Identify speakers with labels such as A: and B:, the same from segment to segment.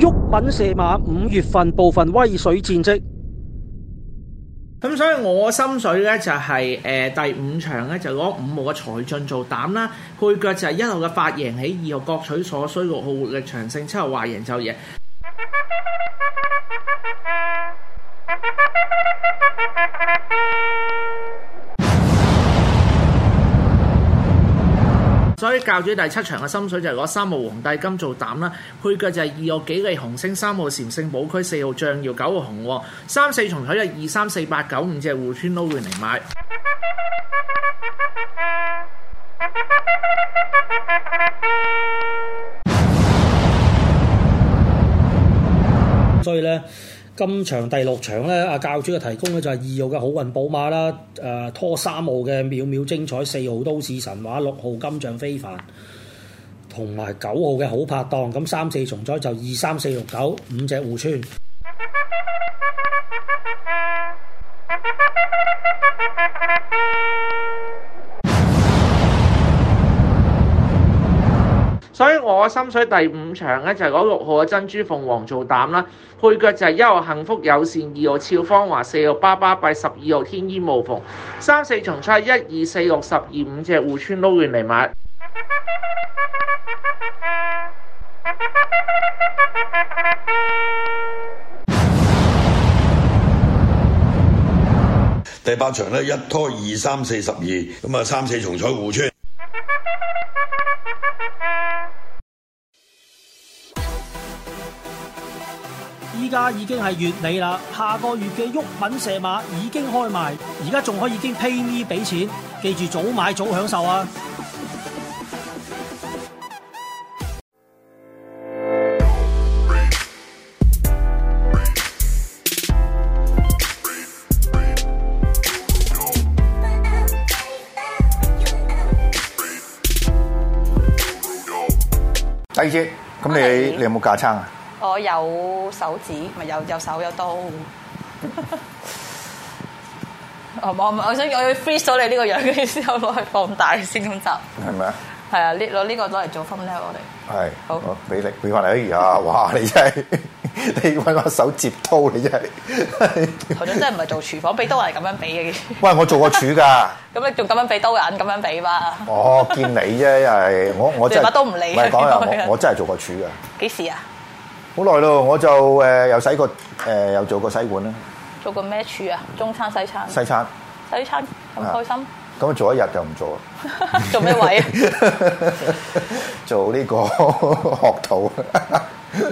A: 鬱敏射馬五月份部分威水戰績。
B: 咁所以我心水咧就係、誒、第五場咧就攞五號嘅財進做膽啦，配腳就係一號嘅發贏起，二號各取所需，六號活力長勝，七號話贏就贏。所以教主第七場嘅心水就係攞三號皇帝金做膽啦，配腳就係二號幾利紅星、三號禪聖寶區、四號象耀、九號紅喎，三四重彩就二三四八九五隻互村撈亂嚟買。
A: 所以咧，今場第六場咧，阿教主嘅提供咧就係二號嘅好運寶馬啦，誒、拖三號嘅秒秒精彩，四號都市神話，六號金像非凡，同埋九號嘅好拍檔。咁三四重災就二三四六九五隻互村。
B: 所以我心水第五場咧就係攞六號嘅啊珍珠鳳凰做膽啦，配腳就係一號幸福友善，二號俏芳華，四號巴巴閉，十二號天衣無縫，三四重彩一二四六十二五隻互村撈亂嚟買。
C: 第八場咧一拖二三四十二，咁啊三四重彩互穿。
A: 依家已經係月尾啦，下個月嘅鬱品射馬已經開賣，而家仲可以經 pay me 俾錢，記住早買早享受啊！
D: 第二節，咁
E: 啊
D: 你
E: 第二
D: 你有冇架撐啊？
E: 我有手指，咪有有手有刀。 哦我我我想我要 freeze 咗你呢個樣，跟住之後攞去放大先咁集。
D: 係咪啊？
E: 係啊，呢攞呢個攞嚟做 f u n 我哋。
D: 係，
E: 好
D: 我俾力，俾翻嚟。哎呀， 哇！你真係，你揾把手接刀，你真係。
E: 頭先真係唔係做廚房，俾刀人係咁樣俾嘅。
D: 喂，我做過柱㗎，
E: 咁你仲咁樣俾刀人咁樣俾嘛？
D: 我見你啫，因為我我真係
E: 你把刀唔理啊
D: 唔係講
E: 你講
D: 啦，
E: 嘢
D: 我我真係做過柱㗎，
E: 幾時啊？
D: 好耐咯。我就誒又洗過誒又做過洗碗啦，
E: 做過咩廚啊？中餐西餐？
D: 西餐。
E: 西餐咁開心？
D: 咁啊做一日就唔做啦，
E: 做咩位啊？
D: 做呢個 學徒。
E: 做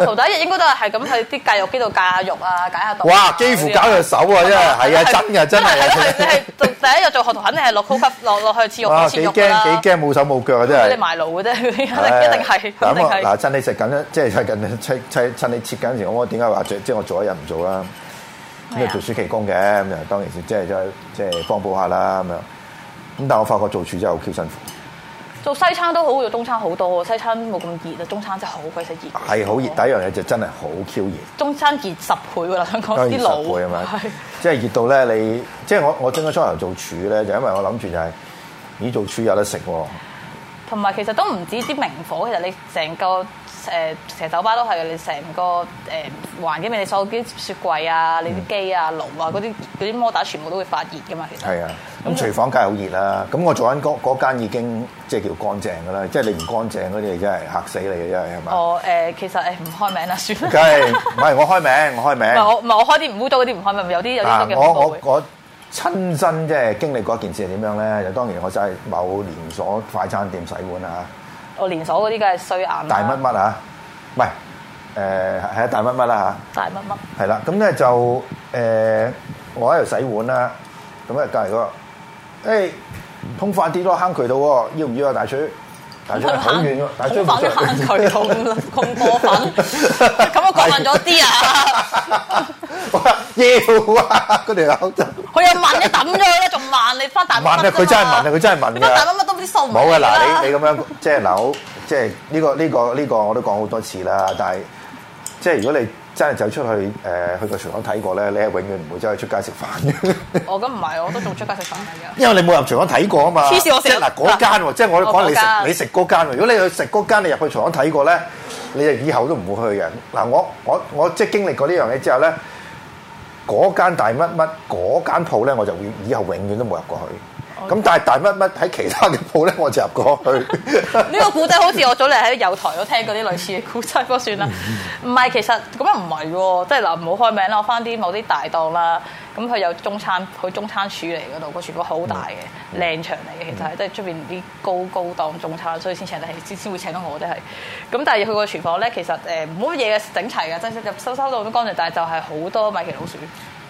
E: 學徒第一日應該都係係咁去啲戒肉機度戒下肉啊，解下毒。
D: 哇！幾乎搞到手啊，真係係啊，真嘅真
E: 係
D: 係
E: 係你係做第一日做學徒，肯定係落高級落落去切肉
D: 哇！
E: 房
D: 幾
E: 啊切肉
D: 啊驚
E: 㗎啦。
D: 幾驚冇手冇腳啊，真係
E: 你。埋爐嘅啫， 一定一定
D: 唉
E: 係，一定
D: 嗱 咁我啊嗱，
E: 係。
D: 趁你食緊咧，即係趁緊趁趁趁你切緊嗰時，我點解話即即係我做一日唔做啦？
E: 啊
D: 因為做暑期工嘅咁樣，當然是即係即係即係幫補下啦咁樣。咁但係我發覺做廚真係好 Q 辛苦，
E: 做西餐都好，做中餐好多喎。西餐冇咁熱啊，中餐真係好鬼死熱。
D: 係好熱。
E: 哦
D: 第一樣嘢就真係好 Q 熱，
E: 中餐熱十倍㗎啦，香港
D: 當
E: 哦啲
D: 然
E: 爐
D: 十倍係啊咪
E: 係？
D: 即係熱到咧，你即係我我正初頭做廚咧，就因為我諗住就係、咦做廚有得食喎，
E: 同埋其實都唔止啲明火，其實你成個誒成酒吧都係你成個誒環境，你所有啲雪櫃啊、你啲機啊、爐啊嗰啲嗰啲摩打全部都會發熱㗎嘛，其實。
D: 係啊。咁廚房梗係好熱啦。咁我做緊嗰嗰間已經即係叫乾淨㗎啦，即係你唔乾淨嗰啲，真係嚇死你嘅，真係係咪？
E: 我哦誒其實誒唔開名啦，算
D: 梗係
E: 啦。
D: 唔係我開名，我開
E: 唔係
D: 名。
E: 我唔係我開啲唔污糟嗰啲唔開名，有啲有啲
D: 嗱，
E: 都嘅
D: 啊我
E: 恐怖
D: 我
E: 會。
D: 我親身即係經歷過一件事係點樣咧？就當然我就係某連鎖快餐店洗碗啊，
E: 我連鎖嗰啲梗係衰硬啦。
D: 大乜乜啊，唔係誒係啊大乜乜啦
E: 大乜乜。
D: 嚇，係啦，咁咧就誒我喺度洗碗啦，咁啊隔離嗰個誒通快啲咯，坑渠度喎，要唔要啊大廚？大廚好遠喎，大 廚
E: 好反
D: 唔
E: 翻
D: 出
E: 啊佢咁咁過分， 咁我過分咗啲啊！
D: 我話要啊，嗰條口就
E: 佢又問一抌咗佢啦，仲慢你翻大
D: 問
E: 乜
D: 啊，
E: 乜
D: 佢真係問啊，佢真係
E: 你
D: 問
E: 翻大
D: 㗎
E: 乜。乜都啲數唔
D: 冇
E: 啊
D: 嘅嗱，你你咁樣即係嗱，好即係呢個呢、個呢、個我都講好多次啦。但係即係如果你真係走出去誒、呃去個廚房睇過咧，你係永遠唔會走去出街食飯嘅，
E: 我咁唔係，我都仲出街食飯嚟
D: 因為你冇入廚房睇過啊嘛。
E: 黐線我成
D: 即
E: 日
D: 係嗱嗰間喎，即係我
E: 我
D: 講你食
E: 嗰間
D: 你食嗰間喎。如果你去食嗰間，你入去廚房睇過咧，你就以後都唔會去嘅。嗱，我我我即係經歷過呢樣嘢之後咧，嗰間大乜乜嗰間鋪咧，我就會以後永遠都冇入過哦去。咁但係大乜乜喺其他嘅鋪咧，我就入過去。
E: 呢個古仔好似我早嚟喺友台都聽嗰啲類似嘅古仔，不過算啦。唔
D: 嗯
E: 係，其實咁又唔係喎，即係嗱，唔好開名啦，我翻啲某啲大檔啦，咁佢有中餐，佢中餐處嚟嗰度個廚房好大
D: 嗯
E: 嘅，靚場嚟嘅，其實係即係出邊啲高高檔中餐，所以先請得起，先先會請到我啫係。咁但係佢個廚房咧，其實誒冇乜嘢嘅整齊嘅，真係入收收到都乾淨，但係就係好多米奇老鼠。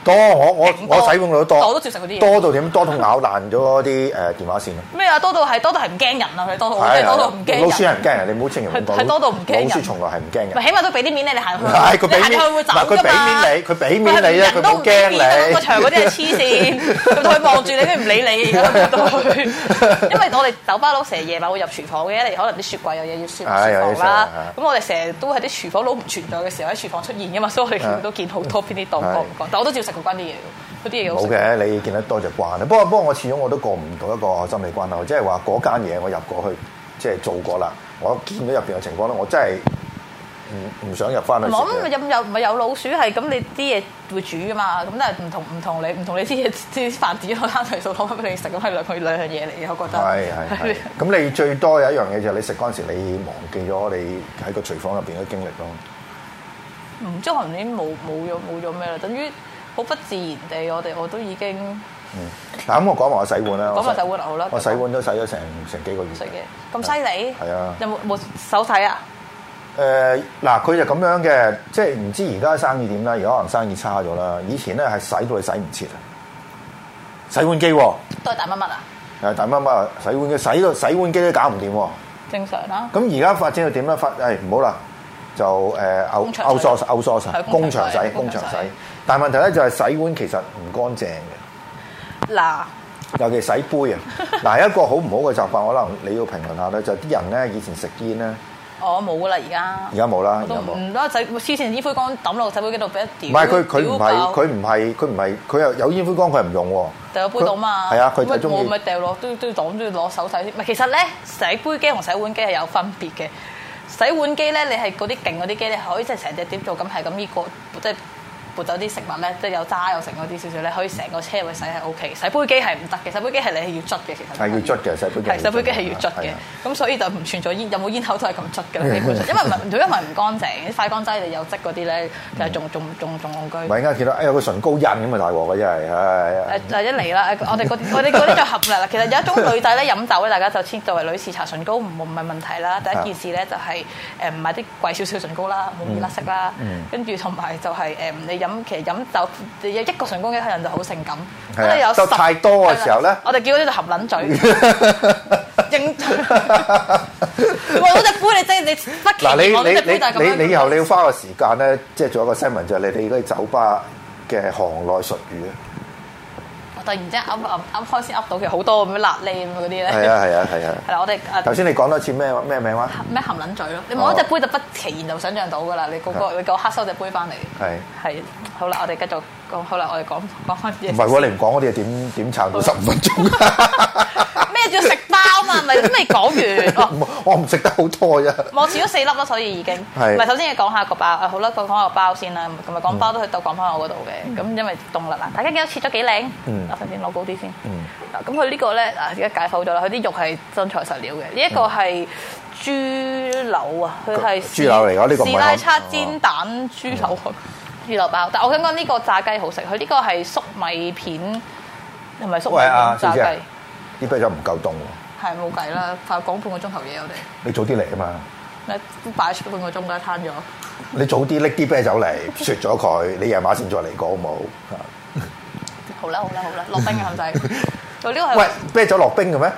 D: 多我我
E: 勁多
D: 我使用到多，
E: 我都照食嗰啲嘢
D: 多到點？多到咬爛咗啲誒電話線咯。
E: 咩啊？多到係多到係唔驚人啊！佢多到好多到唔驚
D: 老鼠
E: 人。啊
D: 係唔驚人，你唔好清人咁講。
E: 係係多到唔驚人
D: 老鼠從來係唔驚人。
E: 咪起碼都俾啲面你，你行 去，
D: 係佢俾面
E: 你行去會走
D: 嗱佢
E: 㗎嘛。
D: 俾面你佢俾面你啊佢冇驚你
E: 個場嗰啲係黐 線，佢佢望住你都唔理你，而家都入到去。因為我哋酒吧佬成日夜晚會入廚房嘅，一嚟可能啲雪櫃有嘢要雪雪
D: 係有啲啊
E: 房啦
D: 雪。
E: 咁我哋成日都喺啲廚房佬唔存在嘅時候喺廚房出現噶嘛，所以我哋都見好多邊啲檔
D: 啊係
E: 講唔講，但我都照食過關啲嘢喎，嗰啲嘢好
D: 冇
E: 食。
D: 嘅，你見得多就慣啦。不過不過，我始終我都過唔到一個心理關口，即係話嗰間嘢我入過去，即係做過啦。我見到入邊嘅情況咧，我真係唔唔想入翻去
E: 唔
D: 食
E: 係咁
D: 嘅
E: 咪。有有咪有老鼠係咁，你啲嘢會煮噶嘛？咁但係唔同唔同你唔同你啲嘢 啲飯碟攞翻嚟數攞翻俾你食，咁係兩個兩樣嘢嚟嘅，我覺得。
D: 係係係。咁你最多有一樣嘢就係你食嗰陣時，你忘記咗你喺個廚房入邊嘅經歷咯。
E: 唔知可能已經冇冇咗冇咗咩啦，等於好不自然地，我哋我都已經啊
D: 嗱，咁我講埋哦我洗碗啦。
E: 講埋洗碗好啦
D: 我洗碗都洗咗成成幾個月。
E: 食嘢咁犀利，
D: 係啊
E: 有冇冇手睇啊？
D: 誒嗱，佢就咁樣嘅，即係唔知而家生意點啦，而家可能生意差咗啦。以前咧係洗到你洗唔切啊，洗碗機喎，
E: 都係大乜乜啊？
D: 誒大媽媽洗碗機洗到洗碗機都搞唔掂喎。
E: 正常啦，
D: 咁而家發展到點咧？發誒唔好啦，就誒
E: 工
D: 歐
E: 場
D: 歐
E: 洗
D: 疏歐疏洗
E: 係，
D: 工
E: 工
D: 場
E: 場
D: 洗
E: 洗
D: 工場
E: 工場
D: 洗
E: 洗。
D: 但係問題咧就係洗碗其實唔乾淨嘅，
E: 嗱，
D: 尤其洗杯啊。嗱一個好唔好嘅習慣，可能你要評論下咧，就係啲人咧以前食煙咧，
E: 我冇啦而家
D: 而。家冇啦，而
E: 我都
D: 家冇。
E: 唔得，洗黐線煙灰缸抌落洗杯機度俾一
D: 唔
E: 屌，
D: 係佢佢唔係
E: 屌爆
D: 佢唔係佢唔係佢又有煙灰缸佢又唔用喎，
E: 掉個杯度嘛，
D: 佢係啊佢就
E: 咪
D: 中
E: 我
D: 意
E: 咪掉落都要都要擋都要攞手洗先。唔係其實咧，洗杯機同洗碗機係有分別嘅。洗碗機咧，你係嗰啲勁嗰啲機，你可以即係成隻碟做咁，係咁依個即係撥走啲食物咧，即係有渣有剩嗰啲少少咧，可以成個車位洗係 O K。洗杯機係唔得嘅，洗杯機係你係要捽嘅，其實
D: 係要捽嘅洗杯機係要捽嘅
E: 係洗杯機係要捽
D: 係
E: 嘅
D: 啊。
E: 咁所以就唔存在煙，有冇煙口都係咁捽嘅 啦，基本上。因為唔係因為唔乾淨，啲快乾劑你有漬嗰啲咧，就係仲仲仲仲戇居
D: 唔。係而家見到哎有個唇膏印咁啊大鑊嘅真係，唉
E: 誒嗱一嚟啦，我哋嗰啲我哋嗰啲就合力啦。其實有一種女仔咧飲酒咧，大家就先作為女士搽唇膏唔唔係問題啦。第一件事咧就係誒唔買啲貴少少唇膏啦，冇易甩色啦。跟住同埋就係誒你飲其實飲酒你有一個唇膏嘅人就好性感，
D: 係啊
E: 咁你有
D: 得
E: 十
D: 太多嘅時候咧
E: 我哋叫嗰啲就合撚 嘴，認喂嗰隻杯你真係你不期
D: 嗱
E: 而望嗰隻杯就係咁
D: 你你
E: 樣
D: 你你以後你要花個時間咧，即係做一個新聞就係你哋嗰啲酒吧嘅行內術語啊，
E: 我突然之間噏噏噏開先噏到其實好多咁樣辣脷咁嗰啲咧。
D: 係啊係啊係 啊，
E: 係啦，我哋啊
D: 頭先你講多次咩咩名 話？
E: 咩含撚嘴咯？你
D: 哦
E: 望一隻杯就不其然就想像到噶啦！你嗰、個你個黑收隻杯翻嚟，
D: 係
E: 係好啦，我哋繼續講好啦，我哋講講翻嘢。
D: 唔係喎，你唔講嗰啲嘢點點撐到十五分鐘 啊？
E: 咩叫食包嘛？咪都未 講完。哦
D: 唔我唔食得好多啫。
E: 我試咗四粒啦，所以已經唔
D: 係
E: 係首先要講下個包啊，好啦，講講下個包先啦，咁咪講包都去到講翻我嗰度
D: 嗯
E: 嘅，咁因為凍啦嗱，大家見到切咗幾靚，我首先攞高啲先，
D: 嗯
E: 嗱咁佢呢個咧啊而家解剖咗啦，佢啲肉係真材實料嘅，呢一個係豬柳啊，佢係
D: 豬柳嚟㗎呢個唔係
E: 士拉
D: 我哦
E: 叉煎蛋豬柳豬柳包，但我想講呢個炸雞好食，佢呢個係粟米片同埋粟米
D: 喂啊
E: 片
D: 小
E: 炸
D: 姐
E: 雞，
D: 呢杯酒唔夠凍喎，
E: 係冇計啦，快講半個鐘頭嘢我哋。
D: 你早啲嚟啊嘛！
E: 咩都擺出半個鐘啦，攤咗。
D: 你早啲拎啲啤酒嚟，雪咗佢， 你夜晚先再嚟講好冇？
E: 好啦好啦好啦，落冰嘅 控制。就呢個
D: 喂
E: 係，
D: 啤酒落冰嘅咩？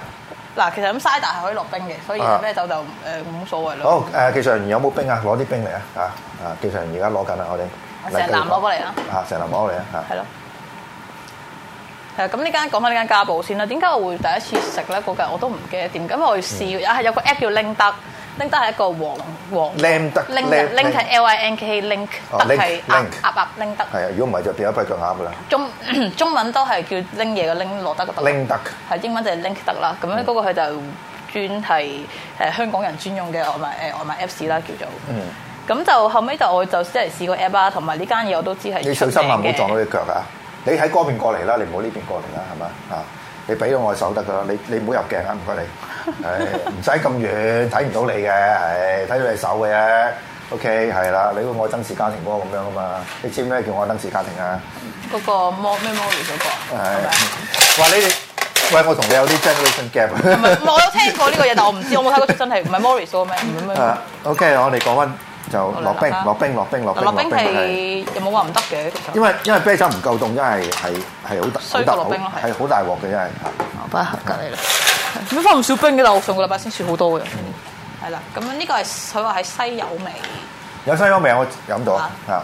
E: 嗱，其實咁沙打係可以落冰嘅，所以
D: 啊
E: 咩酒就誒冇所
D: 好
E: 謂咯。
D: 誒，技術員有冇冰啊？攞啲冰嚟啊！啊啊，技術員而家攞緊啦，我
E: 我
D: 哋
E: 成籃攞過嚟啊！
D: 啊，成籃攞過嚟啊！啊
E: 係咯。係啊咁呢間講翻呢間家寶先啦。點解我會第一次食咧？嗰間我都唔記得點，因為我試啊係有個 app 叫 Link 得，Link 得係一個黃黃
D: Link 得
E: Link
D: Link-
E: 得 Link 係 L I N K Link
D: 哦
E: 得
D: Link-
E: 係鴨
D: Link
E: 鴨鴨 Link 得
D: 係啊，如果唔係就變咗跛腳鴨噶啦。
E: 中中文都係叫拎嘢嘅拎落得個得。
D: 拎得嗯
E: 係英文就係 link 得啦，咁樣嗰個佢就專係誒香港人專用嘅外賣誒外賣 Apps 啦，叫做。
D: 嗯
E: 咁就後尾就我就即係試過 app 啦，同埋呢間嘢我都知係
D: 你小心啊，唔
E: 出名
D: 好
E: 嘅
D: 撞到只腳啊！你喺嗰邊過嚟啦，你唔好呢邊過嚟啦，係嘛啊？你俾咗我手得噶啦，你你唔好入鏡啊，唔該你。唉，唔使咁遠，睇唔到你嘅，係睇到你手嘅啫。OK，係啦，你個愛登士家庭嗰個咁樣啊嘛，你知咩叫愛登士家庭啊？
E: 嗰個 Mo Memory 嗰個。啊係咪
D: 係，話你哋，喂，我同你有啲 generation gap
E: 唔 係唔係我有聽過呢個嘢，但我唔知，我冇睇過出真係唔係 Morris 嗰個咩？ 唔係
D: 啊。OK，我哋 À, 講翻就落冰，落冰，落冰，落冰，落
E: 羅冰
D: 冰係。
E: 係有冇話唔得嘅？其實
D: 因為因為啤酒唔夠凍，真係係係好大好
E: 衰過
D: 大
E: 落冰咯係
D: 係好大鑊嘅真啊係。
E: 我擺喺隔離啦。點解放唔少冰嘅？但我上個禮拜先雪好多嘅。
D: 嗯
E: 係啦，咁樣呢個係佢話係西柚味，
D: 有西柚味我飲到
E: 啊
D: 啊，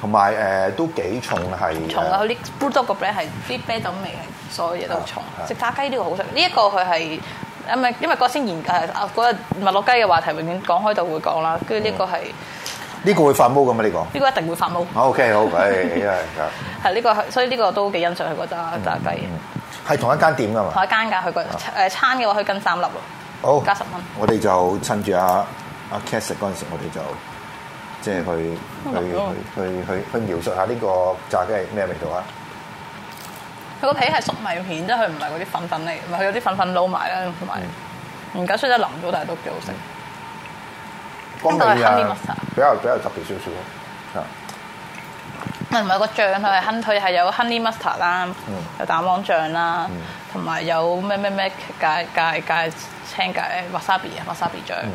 D: 同埋誒都幾重係。
E: 重啊！佢啲 b r u d o g 個 brand 係啲啤酒味係所有嘢都重
D: 啊啊。
E: 食炸雞呢個好食，呢一個佢係。因為因為嗰先研誒啊嗰日麥樂雞嘅話題永遠講開就會講啦，跟住呢個係呢
D: 呢個會發毛咁啊！呢 個。
E: 個一定會發毛，
D: 嗯啊 OK 好， 誒因為啊
E: 係呢個係所以呢個都幾欣賞佢嗰炸炸雞。
D: 嗯係同一間店㗎嘛。
E: 同一間㗎，佢個
D: 啊
E: 誒餐嘅話，佢跟三粒咯，
D: 好，
E: 加十蚊。
D: 我哋就趁住阿阿 Cat 食嗰陣時，我哋就即係去
E: 嗯
D: 去去去去去描述下呢個炸雞係咩味道啊！
E: 佢個皮係粟米片，即係佢唔係嗰啲粉粉嚟，唔係佢有啲粉粉撈埋啦，
D: 嗯
E: 同埋唔夠雖則淋咗，但係都幾好食。
D: 光
E: 呢個係
D: 味
E: honey
D: 啊
E: mustard，
D: 比較比較特別少少啊！
E: 同埋個醬佢係亨，佢係有 honey mustard 啦
D: 嗯，
E: 有蛋黃醬啦，同埋有咩咩咩芥芥芥青芥 wasabi 啊 wasabi 醬。
D: 嗯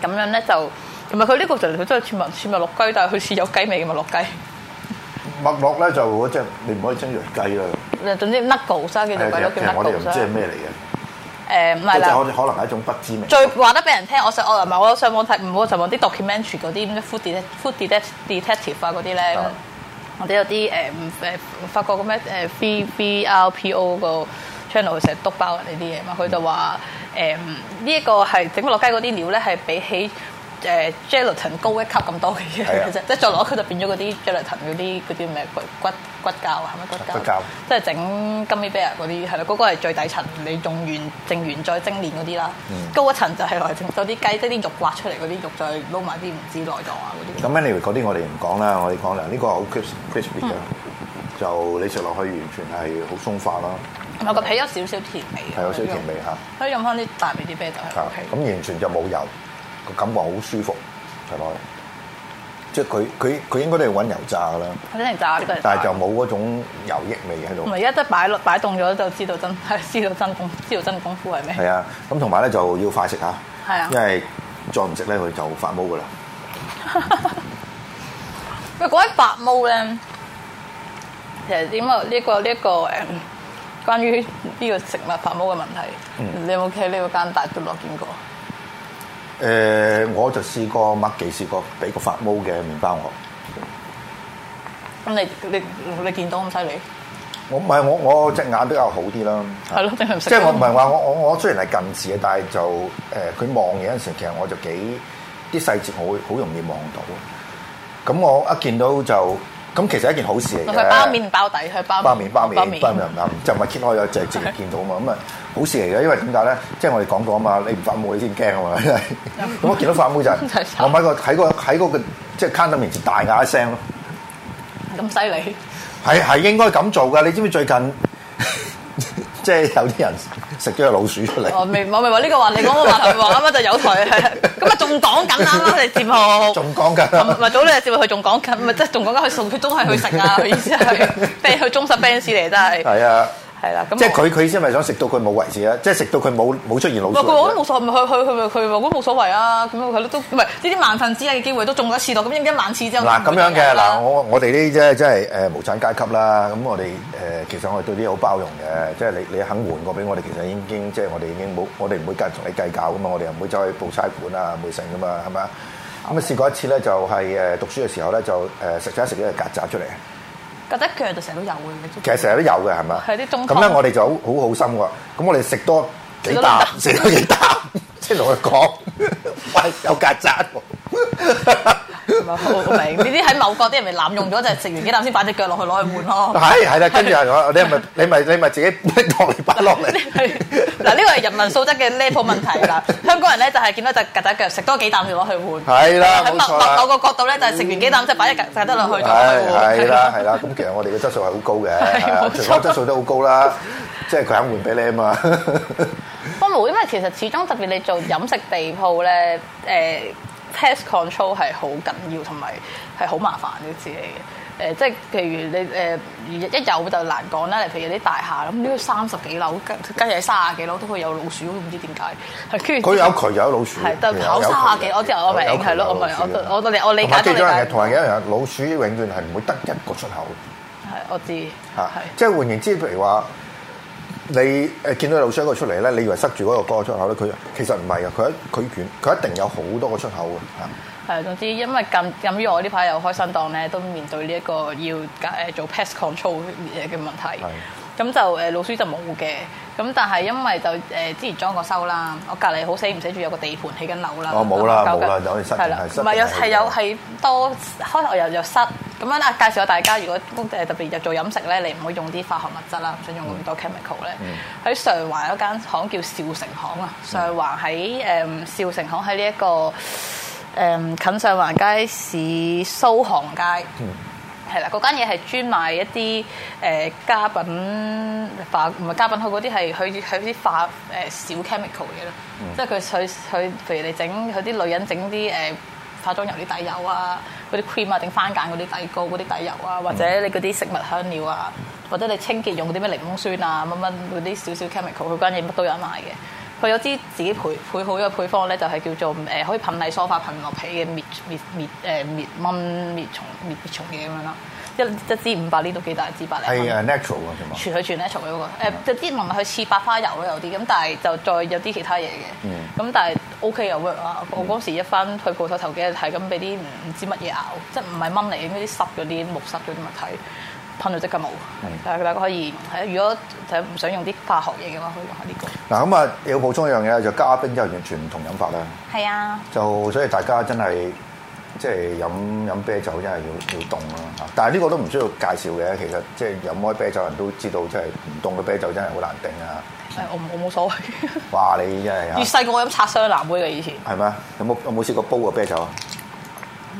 E: 咁樣咧就同埋佢呢個就佢真係似麥似麥樂雞，但係佢似有雞味嘅麥樂雞。
D: 麥樂咧就嗰隻你唔可以稱做雞啦，
E: 總之 nuggets 啦，叫做
D: 係
E: 鬼佬
D: 啊
E: 叫
D: 其實我哋又唔
E: nuggets
D: 知係
E: 啦。
D: 咩嚟嘅，
E: 誒唔係
D: 即
E: 啦
D: 係。可能可能係一種不知名。
E: 最話得俾人聽，我上我唔係我上網睇，唔好上網啲 documentary 嗰啲咩 food detect food detect detective 啊嗰啲咧
D: 啊，
E: 或者有啲誒唔誒法國個咩誒 V V R P O 個 channel 佢成日篤爆人哋啲嘢嘛，佢就話誒嗯呢一個係整落街嗰啲料咧係比起誒 gelatin 高一級咁多嘅嘢
D: 係啊
E: 嘅啫，即係再落佢就變咗嗰啲 gelatin 嗰啲嗰啲咩骨骨骨膠啊，係咪骨膠？
D: 骨膠
E: 即係整金 i 啤啊嗰啲，係啦，嗰、個係最底層，你用完蒸完再精煉嗰啲啦。
D: 嗯
E: 高一層就係來整咗啲雞，即係啲肉刮出嚟嗰啲肉，再撈埋啲唔知內臟啊嗰
D: 咁
E: 啲。
D: anyway 嗰啲我哋唔講啦，我哋講啦，呢個好 crisp crispy 嘅，
E: 嗯
D: 就你食落去完全係好鬆化啦，
E: 同埋個皮有少少甜味嘅，
D: 係有少少甜味嚇。
E: 可以用翻啲大味啲啤酒啊係
D: 啊
E: OK。
D: 咁完全就冇油，個感覺好舒服，係咪？即係佢佢佢應該都係揾油炸噶啦，
E: 肯定炸呢個係炸。
D: 但係就冇嗰種油益味喺
E: 同
D: 度
E: 埋。而家真係擺落擺凍咗就知道真 係知道真功知道真功夫係咩。
D: 係啊，咁同埋咧就要快食下，
E: 係啊
D: 因為再唔食咧佢就發毛噶啦。
E: 喂，講起白毛咧，其實點啊？呢、個呢一、個誒，關於呢個食物白毛嘅問題，
D: 嗯
E: 你有冇喺呢個間大都落見過？
D: 誒、我就試過麥記試過俾個發毛嘅麵包我，
E: 咁你你你見到咁犀利，
D: 我唔係我我隻眼比較好啲啦。
E: 係咯，定係唔食？
D: 即係我唔係話我我我雖然係近視嘅，但係就誒呃佢望嘢嗰陣時，其實我就幾啲細節，我會好容易望到。咁我一見到就咁，其實係一件好事嚟嘅。
E: 佢包面包底，佢包
D: 包面包面包面包
E: 包
D: 面就唔係揭開咗就直接見到啊嘛，咁啊好事嚟嘅，因為點解咧？即係我哋講過啊嘛，你唔發毛你先驚啊嘛，真係咁我見到發毛就係
E: 嗯真係慘
D: 我喺個喺個喺嗰個即係 counter 面前大嗌一聲咯。
E: 咁犀利，
D: 係係應該咁做㗎，你知唔知最 近即係有啲人食咗個老鼠出嚟？
E: 我哦未我未話呢個話，你講個話 題喎，啱啱就有台， 咁啊仲講緊啱啱你節目。
D: 仲講緊啊
E: 唔係早兩日節目，佢仲講緊，咪即係仲講緊佢送佢都係去食啊！佢意思係 fans，佢忠實 fans 嚟，真係
D: 係啊，
E: 係啦。咁
D: 即係
E: 我
D: 佢佢先咪想食到佢冇為止啊！即係食到佢冇冇出啊現老
E: 唔
D: 鼠為
E: 係佢
D: 止。
E: 話我都冇所，佢佢佢佢佢話我都冇所謂啊！咁佢都唔係呢啲萬分之一嘅機會都中咗一次咯。咁應唔應萬次之後
D: 嗱啊咁樣嘅嗱，
E: 啦
D: 我我哋呢即係即係誒無產階級啦，咁我哋誒、呃其實我哋對啲好包容嘅，即係你你肯換過俾我哋，其實已經即係我哋已經冇，我哋唔會繼續同你計較噶嘛，我哋又唔會走去報差館啊，唔會成噶嘛，係咪啊？咁啊試過一次咧，就係、誒讀書嘅時候咧，就誒食咗食咗隻曱甴出嚟，
E: 覺得腳就成日都有嘅，你知唔知
D: 其實成日都有嘅係咪啊？
E: 係啲中湯
D: 咁咧，我哋就好好好心喎，咁我哋食多幾啖， 食多 幾啖，即係同佢講，喂有曱甴喎。
E: 唔啊，好好明呢啲喺某國啲人咪濫用咗，就係食完雞蛋先擺只腳落去攞去換咯。
D: 係係啦，跟住有人話你係咪你咪你咪自己當嚟擺落嚟，
E: 嗱，呢個係人民素質嘅 level 問題啦。香港人咧就係見到隻曱甴腳，食多幾啖就攞去換。
D: 係啦，
E: 喺
D: 冇
E: 某
D: 錯
E: 某
D: 啦。
E: 某個角度咧，就係食完雞蛋即係擺只曱甴得落去就攞去換。
D: 係係啦係啦，咁其實我哋嘅質素係好高嘅，係啊
E: 冇錯
D: 全港質素都好高啦，即係佢肯換俾你啊嘛。
E: 我冇，因為其實始終特別你做飲食地鋪咧，誒、pest control 係好緊要，同埋係好麻煩嘅事嚟嘅。誒、即係譬如你誒、一有就難講啦，譬如啲大廈咁，呢個三十幾樓，跟跟住喺三十幾樓都會有老鼠，都唔知點解。係跟住
D: 佢有渠就有老鼠，
E: 係，但
D: 有
E: 係跑
D: 有渠
E: 三十
D: 嘅
E: 幾，我知我明
D: 有渠
E: 係咯，
D: 有
E: 我明
D: 老鼠嘅
E: 我我我我理
D: 同
E: 解
D: 埋
E: 都
D: 最緊
E: 理
D: 要係
E: 解。
D: 同人一樣，老鼠永遠係唔會得一個出口
E: 係，我知
D: 嚇
E: 係。。
D: 即係換言之，譬如話你誒見到老鼠一個出嚟咧，你以為塞住嗰個嗰個出口咧，佢其實唔係啊嘅，佢一佢卷佢一定有好多個出口嘅嚇。
E: 係，總之因為近近於我呢排又開新檔咧，都面對呢一個要誒做 pest control 嘅問題
D: 係。
E: 咁就誒老鼠就冇嘅，咁但係因為就誒之前裝過修啦，我隔離好死唔死住有個地盤起緊樓啦，
D: 哦冇啦
E: 咁我搞緊
D: 冇啦有啲失
E: 係啦
D: 係，失
E: 唔係有
D: 係
E: 係有係多開頭又又塞咁樣啊！介紹下大家，如果誒特別入做飲食咧，你唔好用啲化學物質啦，唔想用咁多
D: 嗯
E: chemical 咧。喺上環有間行叫兆成行
D: 嗯
E: 啊，上環喺誒兆成行喺呢一個。誒近上環街市蘇杭街，係啦、嗰間嘢係專賣一啲誒、呃家品化，唔係家品，佢嗰啲係佢佢啲化誒、呃小 chemical 嘢咯，即係佢佢佢，譬如你整佢啲女人整啲誒化妝油啲底油啊，嗰啲 cream 啊，整番梘嗰啲底膏嗰啲底油啊，或者你嗰啲食物香料啊，或者你清潔用嗰啲咩檸檬酸啊乜乜嗰啲少少 chemical，佢間嘢乜都有得賣嘅。佢有支自己配配好嘅配方咧，就係叫做誒、呃可以噴麗梳化噴落皮嘅滅滅滅誒滅蚊滅蟲滅滅蟲嘢咁樣啦，一一支五百呢都幾大支百零
D: 係
E: 蚊。
D: 誒 natural 嘅啫嘛。
E: 全佢全 natural 嗰個，誒有啲同埋佢似百花油咯，有啲咁，但係就再有啲其他嘢
D: 嗯
E: 嘅，咁但係 OK 又 work 啊！我嗰時一翻去鋪頭頭幾日係咁俾啲唔唔知乜嘢咬，即係唔係蚊嚟嘅，應該啲濕嗰啲木濕嗰啲物體噴到即刻冇，
D: 嗯
E: 但係大家可以係啊如果就係唔想用啲化學嘢嘅話，可以用下呢個。
D: 嗱咁啊，要補充一樣嘢就加冰之後完全唔同飲法啦。
E: 係啊。
D: 就所以大家真係即係飲飲啤酒真係要要凍啦嚇。但係呢個都唔需要介紹嘅，其實即係飲開啤酒人都知道，即係唔凍嘅啤酒真係好難頂啊！
E: 誒，哎我我冇所謂。
D: 哇，你真
E: 越
D: 係嚇
E: 細個我飲 擦傷藍妹嘅以前，
D: 係咩？有冇有冇試過煲過啤酒啊？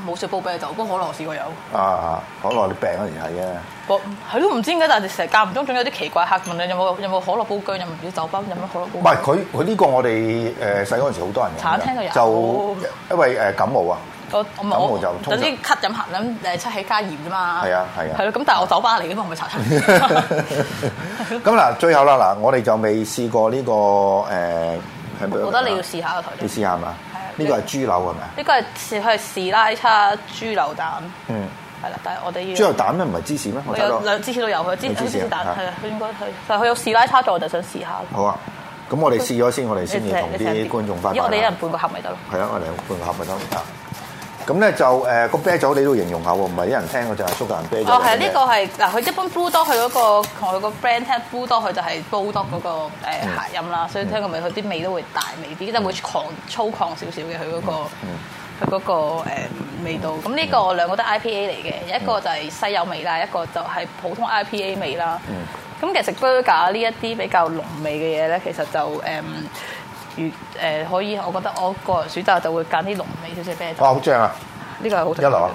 E: 冇雪煲啤酒，不過可樂我試過有。
D: 啊，可能你病嗰時係啊嘅。
E: 我係咯，唔知點解，但係成日間唔中總有啲奇怪客問你有冇有冇可樂煲薑，有冇啲酒吧飲乜可樂
D: 唔
E: 煲
D: 係
E: 薑。
D: 佢佢呢個我哋誒細嗰陣時好多人飲㗎
E: 茶餐廳就有
D: 就因為誒感冒啊，
E: 我我咪
D: 感
E: 我
D: 冒就通常
E: 有啲咳飲鹹飲誒七喜加鹽啫嘛。
D: 係啊係啊
E: 係咯，咁但係我酒吧嚟嘅嘛，唔係茶餐廳。
D: 咁嗱最後啦嗱，我哋就未試過呢個誒係咪
E: 我覺得你要試下個台
D: 你
E: 長。
D: 試下係嘛？
E: 係
D: 呢個係豬柳係咪啊？
E: 呢個係試佢係士拉叉豬柳蛋，
D: 嗯，
E: 係啦，但係我哋要
D: 豬。柳蛋咩唔係芝士咩？我
E: 佢
D: 睇
E: 有
D: 到。
E: 兩支士都有，佢芝
D: 有芝士
E: 芝士蛋
D: 啊
E: 係啊，佢應該係，但係佢有士拉叉在，我就想試下。
D: 好啊，咁我哋試咗先，我哋先至同
E: 你
D: 啲觀眾分
E: 咦
D: 享
E: 我哋一
D: 啦
E: 人。半個盒咪得咯。
D: 係啊，我哋半個盒咪得啊。咁咧就誒個啤酒你都形容下喎，唔係一人聽嘅就係蘇格蘭啤酒嚟嘅。
E: 哦，係啊呢個係嗱，佢一般 Blue Dog 佢嗰個同佢個 brand 聽 Blue Dog 佢就係 Blue Dog 嗰個誒諧音
D: 嗯
E: 啦，所以聽過咪佢啲味都會大味啲，即係會狂粗獷少少嘅佢嗰個
D: 嗯
E: 佢嗰個誒味道。咁呢個兩個都 IPA 嚟嘅，一個就係西柚味啦，一個就係普通 IPA 味啦。
D: 嗯
E: 咁其實 burger 啊呢一啲比較濃味嘅嘢咧，其實就誒。如誒、可以，我覺得我個人選擇就會揀啲濃味少少啤酒，
D: 哇，好正啊！
E: 呢個係好
D: 一流啊，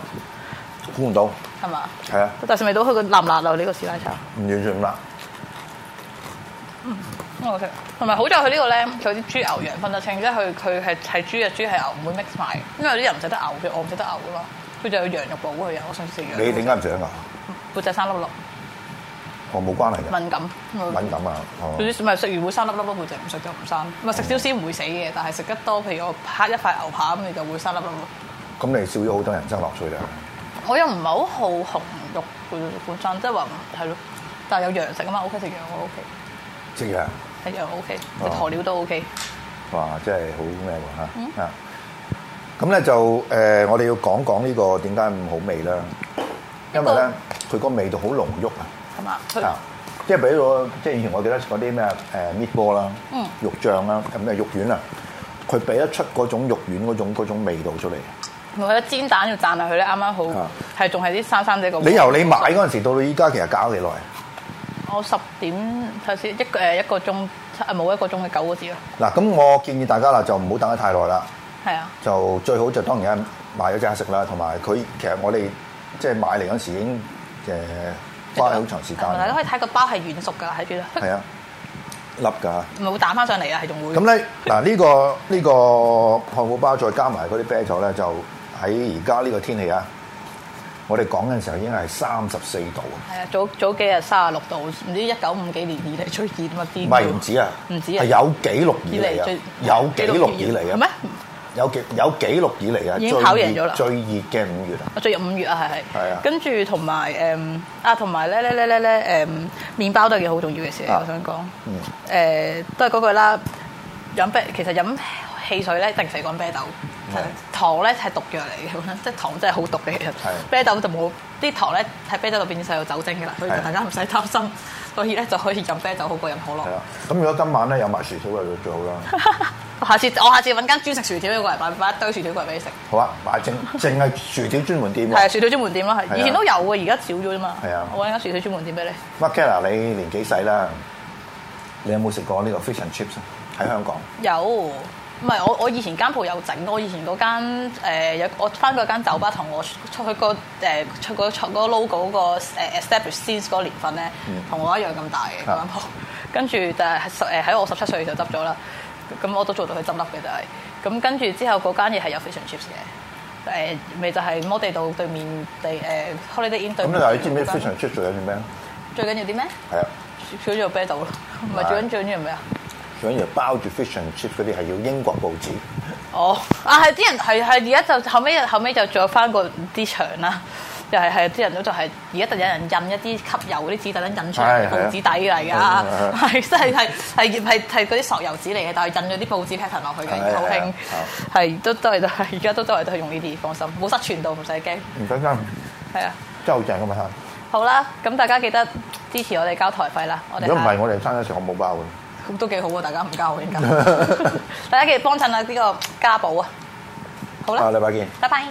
D: 估唔到，
E: 係嘛？
D: 係啊，
E: 但係味到佢個辣唔辣啊？呢個士奶茶，
D: 唔完全唔辣。
E: 我食。同埋好在佢呢個咧，佢啲豬牛羊分得清，即係佢佢係係豬嘅啊豬係牛，唔會 mix 埋。因為有啲人唔食得牛嘅，我唔食得牛噶嘛。佢就有羊肉堡佢有，我想食羊肉堡。
D: 你點解唔食啊？
E: 背脊生粒粒，
D: 我冇關係嘅，
E: 敏感。
D: 敏感啊。哦
E: 總之咪食完會生粒粒咯，背脊唔食就唔生。咪食少少唔會死嘅，但係食得多，譬如我拍一塊牛扒咁，你就會生粒粒咯。
D: 咁你少咗好多人生樂趣啦。啊
E: 我又唔係好好紅肉本本身，即係話唔係咯。但係有羊食啊嘛，OK 食羊我 OK，
D: 即係啊
E: 食羊 OK，食
D: 哦
E: 鴕鳥都 OK。
D: 哇，真係好咩喎嚇啊！咁咧就誒、我哋要講講呢個點解咁好味啦，因為咧佢個味道好濃郁啊！
E: 係嘛？佢
D: 啊，即係俾我即係以前我記得食嗰啲咩誒 meat ball 啦
E: 嗯、
D: 啊肉醬啦、咁咩肉丸啊，佢俾得出嗰種肉丸嗰種嗰種味道出嚟。
E: 同埋佢煎蛋要讚下佢咧，啱啱好
D: 啊
E: 係仲係啲三三仔個。
D: 你由你買嗰陣時到到依家，其實搞幾耐？
E: 我十點睇下先，一個誒一個鐘，啊冇一個鐘嘅九個字咯，
D: 嗱，咁我建議大家啦，就唔好等得太耐啦，
E: 係啊，
D: 就最好就當然係買咗即刻食啦，同埋佢其實我哋即係買嚟嗰陣時已經誒花咗好長時間，
E: 大家可以睇個包係軟熟㗎啦，喺邊啦，
D: 係啊，粒㗎嚇。
E: 唔係會彈翻上嚟啊，係仲會。
D: 咁咧嗱，呢、個呢、個漢堡包再加埋嗰啲啤酒咧，就喺而家呢個天氣啊，我哋講嘅時候已經係三十四度啊，
E: 係啊，早早幾日三十六度，唔知一九五幾年以嚟最熱乜啲？
D: 唔係唔止啊，
E: 唔止啊
D: 係有紀錄以
E: 以
D: 嚟
E: 嚟
D: 啊
E: 最，
D: 有紀錄以嚟
E: 係
D: 啊
E: 咩，？
D: 有紀有紀錄以嚟啊，
E: 已經跑贏
D: 最熱
E: 咗啦
D: 最熱嘅五月啊，
E: 我最入五月啊，係
D: 係啊
E: 跟住同埋誒啊，同埋咧咧咧咧咧誒，麵包都係件好重要嘅事嚟，
D: 啊
E: 我想講。
D: 嗯
E: 誒都係嗰句啦，飲啤其實飲汽水咧，一定死講啤酒
D: 係。
E: 糖咧係毒藥嚟嘅，即係糖真係好毒嘅。其實
D: 係
E: 啤酒就冇啲糖咧，喺啤酒度變晒有酒精嘅啦，所以
D: 係
E: 大家唔使擔心。 所以咧就可以飲啤酒好過飲可樂
D: 係。啊啦。咁如果今晚咧有埋薯條就最好啦，
E: 我下次我下次揾間專食薯條嘅過嚟，擺擺一堆薯條過嚟俾你食。
D: 好啊，買 淨淨係薯條專門店
E: 係
D: 喎。
E: 薯條專門店啦，
D: 係啊
E: 係以前都有嘅，而家少咗啫嘛。
D: 係啊
E: 我揾間薯條專門店俾你。
D: m a c k e l a 你年紀細啦，你有冇食過呢個 fish and chips 啊喺香港？
E: 有，唔係我我以前間鋪有整，我以前嗰間誒有我翻嗰間酒吧同我出去個誒出嗰出嗰個 logo 嗰個誒 establish since 嗰個年份咧，
D: 嗯
E: 同我一樣咁大嘅嗰
D: 啊
E: 間鋪， 跟住就係十誒喺我十七歲就執咗啦，咁我都做到佢執笠嘅就係，咁跟住之後嗰間嘢係有 fish and chips 嘅，誒咪就係摩地道對面地誒 Holiday Inn 對
D: 咁
E: 面
D: 咧，你知唔知
E: 嗰間
D: fish and chips 最緊要咩咧？
E: 最緊要啲咩？
D: 係啊。
E: 少咗啤酒咯，唔係最緊最緊要咩啊？
D: 仲有包住 fish and chip 嗰啲係要英國報紙，
E: 哦，啊係啲人係係而家就後尾後尾就做翻個啲牆啦，又係係啲人都就係而家就有人印一啲吸油嗰啲紙，特登印出嚟
D: 係
E: 嘅報紙底嚟㗎
D: 係，
E: 係真係係係係係嗰啲索油紙嚟嘅，但係印咗啲報紙 pattern 落去
D: 係
E: 嘅，好
D: 係
E: 興係都都係都係而家都都係都係用呢啲，放心冇失傳到，唔使驚，
D: 唔使爭，
E: 係啊。
D: 真係好正咁啊！
E: 好啦，咁大家記得支持我哋交台費啦，我哋
D: 如果唔
E: 下
D: 係，我哋餐一時我冇包嘅。
E: 咁都幾好喎，大家唔交我應該， 大家記得幫襯下呢個家寶啊，好
D: 下
E: 啦，
D: 啊禮拜見。
E: 拜拜。